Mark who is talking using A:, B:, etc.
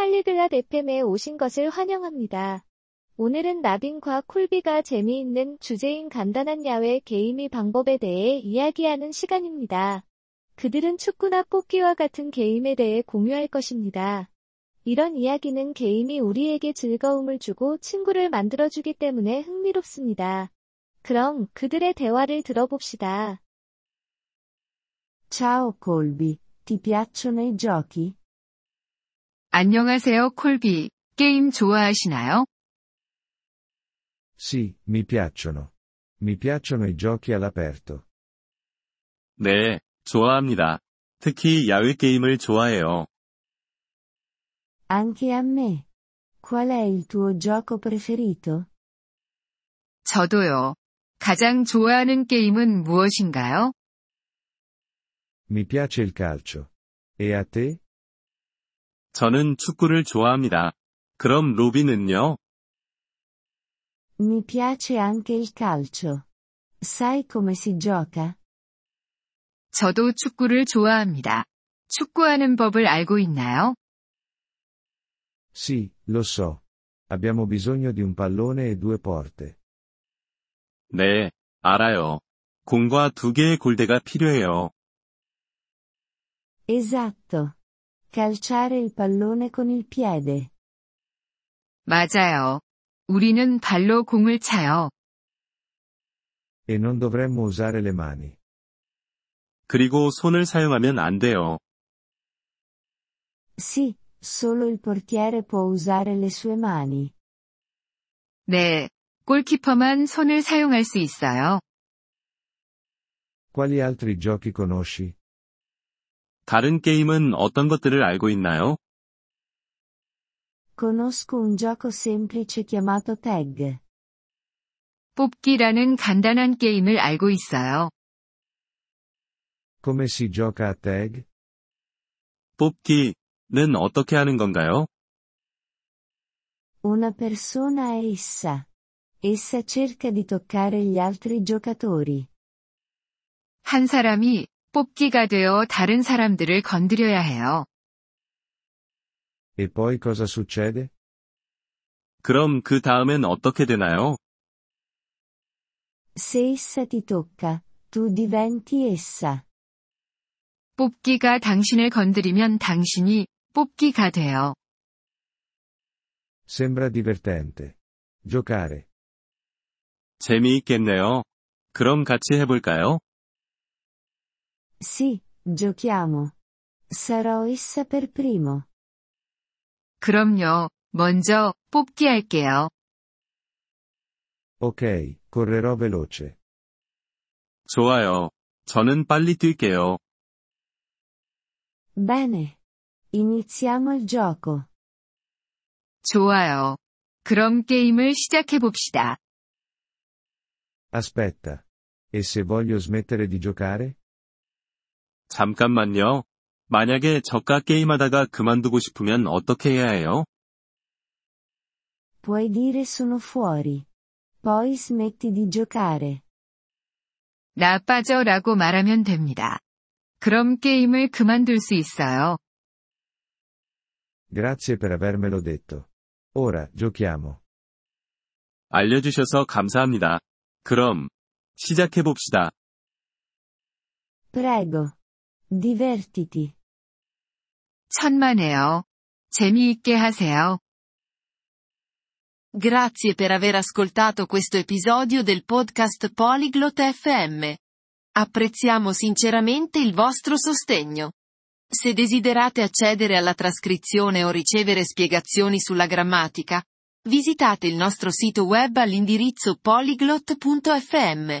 A: 찰리글랏 FM에 오신 것을 환영합니다. 오늘은 나빈과 콜비가 재미있는 주제인 간단한 야외 게이미 방법에 대해 이야기하는 시간입니다. 그들은 축구나 뽑기와 같은 게임에 대해 공유할 것입니다. 이런 이야기는 게임이 우리에게 즐거움을 주고 친구를 만들어주기 때문에 흥미롭습니다. 그럼 그들의 대화를 들어봅시다.
B: Ciao Colby, ti piacciono i giochi?
C: 안녕하세요, 콜비. 게임 좋아하시나요?
D: Sì, mi piacciono. Mi piacciono i giochi all'aperto.
E: 네, 좋아합니다. 특히 야외 게임을 좋아해요.
B: Anche a me. Qual è il tuo gioco preferito?
C: 저도요. 가장 좋아하는 게임은 무엇인가요?
D: Mi piace il calcio. E a te?
E: 저는 축구를 좋아합니다. 그럼 로비는요?
B: Mi piace anche il calcio. Sai come si gioca?
C: 저도 축구를 좋아합니다. 축구하는 법을 알고 있나요?
D: Sì, lo so. Abbiamo bisogno di un pallone e due porte.
E: 네, 알아요. 공과 두 개의 골대가 필요해요.
B: Esatto. Calciare il pallone con il piede.
C: 맞아요. 우리는 발로 공을 차요.
D: E non dovremmo usare le mani.
E: 그리고 손을 사용하면 안 돼요.
B: Sì, solo il portiere può usare le sue mani.
C: 네. 골키퍼만 손을 사용할 수 있어요.
D: Quali altri giochi conosci?
E: 다른 게임은 어떤 것들을 알고 있나요?
B: Conosco un gioco semplice chiamato tag.
C: 뽑기라는 간단한 게임을 알고 있어요.
D: Come si gioca a tag?
E: 뽑기는 어떻게 하는 건가요?
B: Una persona è essa. Essa cerca di toccare gli altri giocatori.
C: 한 사람이 뽑기가 되어 다른 사람들을 건드려야 해요.
D: E poi cosa succede?
E: 그럼 그 다음엔 어떻게 되나요?
B: Se essa ti tocca, tu diventi essa.
C: 뽑기가 당신을 건드리면 당신이 뽑기가 돼요.
D: Sembra divertente. Giocare.
E: 재미있겠네요. 그럼 같이 해볼까요?
B: Sì, giochiamo. Sarò essa per primo.
C: 그럼요. 먼저 뽑기 할게요.
D: Ok, correrò veloce.
E: 좋아요. 저는 빨리 뛸게요.
B: Bene. Iniziamo il gioco.
C: 좋아요. 그럼 게임을 시작해 봅시다.
D: Aspetta. E se voglio smettere di giocare?
E: 잠깐만요. 만약에 저가 게임하다가 그만두고 싶으면 어떻게 해야 해요?
B: Puoi dire sono fuori. Poi smetti di giocare.
C: 나 빠져라고 말하면 됩니다. 그럼 게임을 그만둘 수 있어요.
D: Grazie per avermelo detto. Ora, giochiamo.
E: 알려주셔서 감사합니다. 그럼, 시작해봅시다.
B: Prego. Divertiti.
C: 천만에요. 재미있게 하세요.
F: Grazie per aver ascoltato questo episodio del podcast Polyglot FM. Apprezziamo sinceramente il vostro sostegno. Se desiderate accedere alla trascrizione o ricevere spiegazioni sulla grammatica, visitate il nostro sito web all'indirizzo polyglot.fm.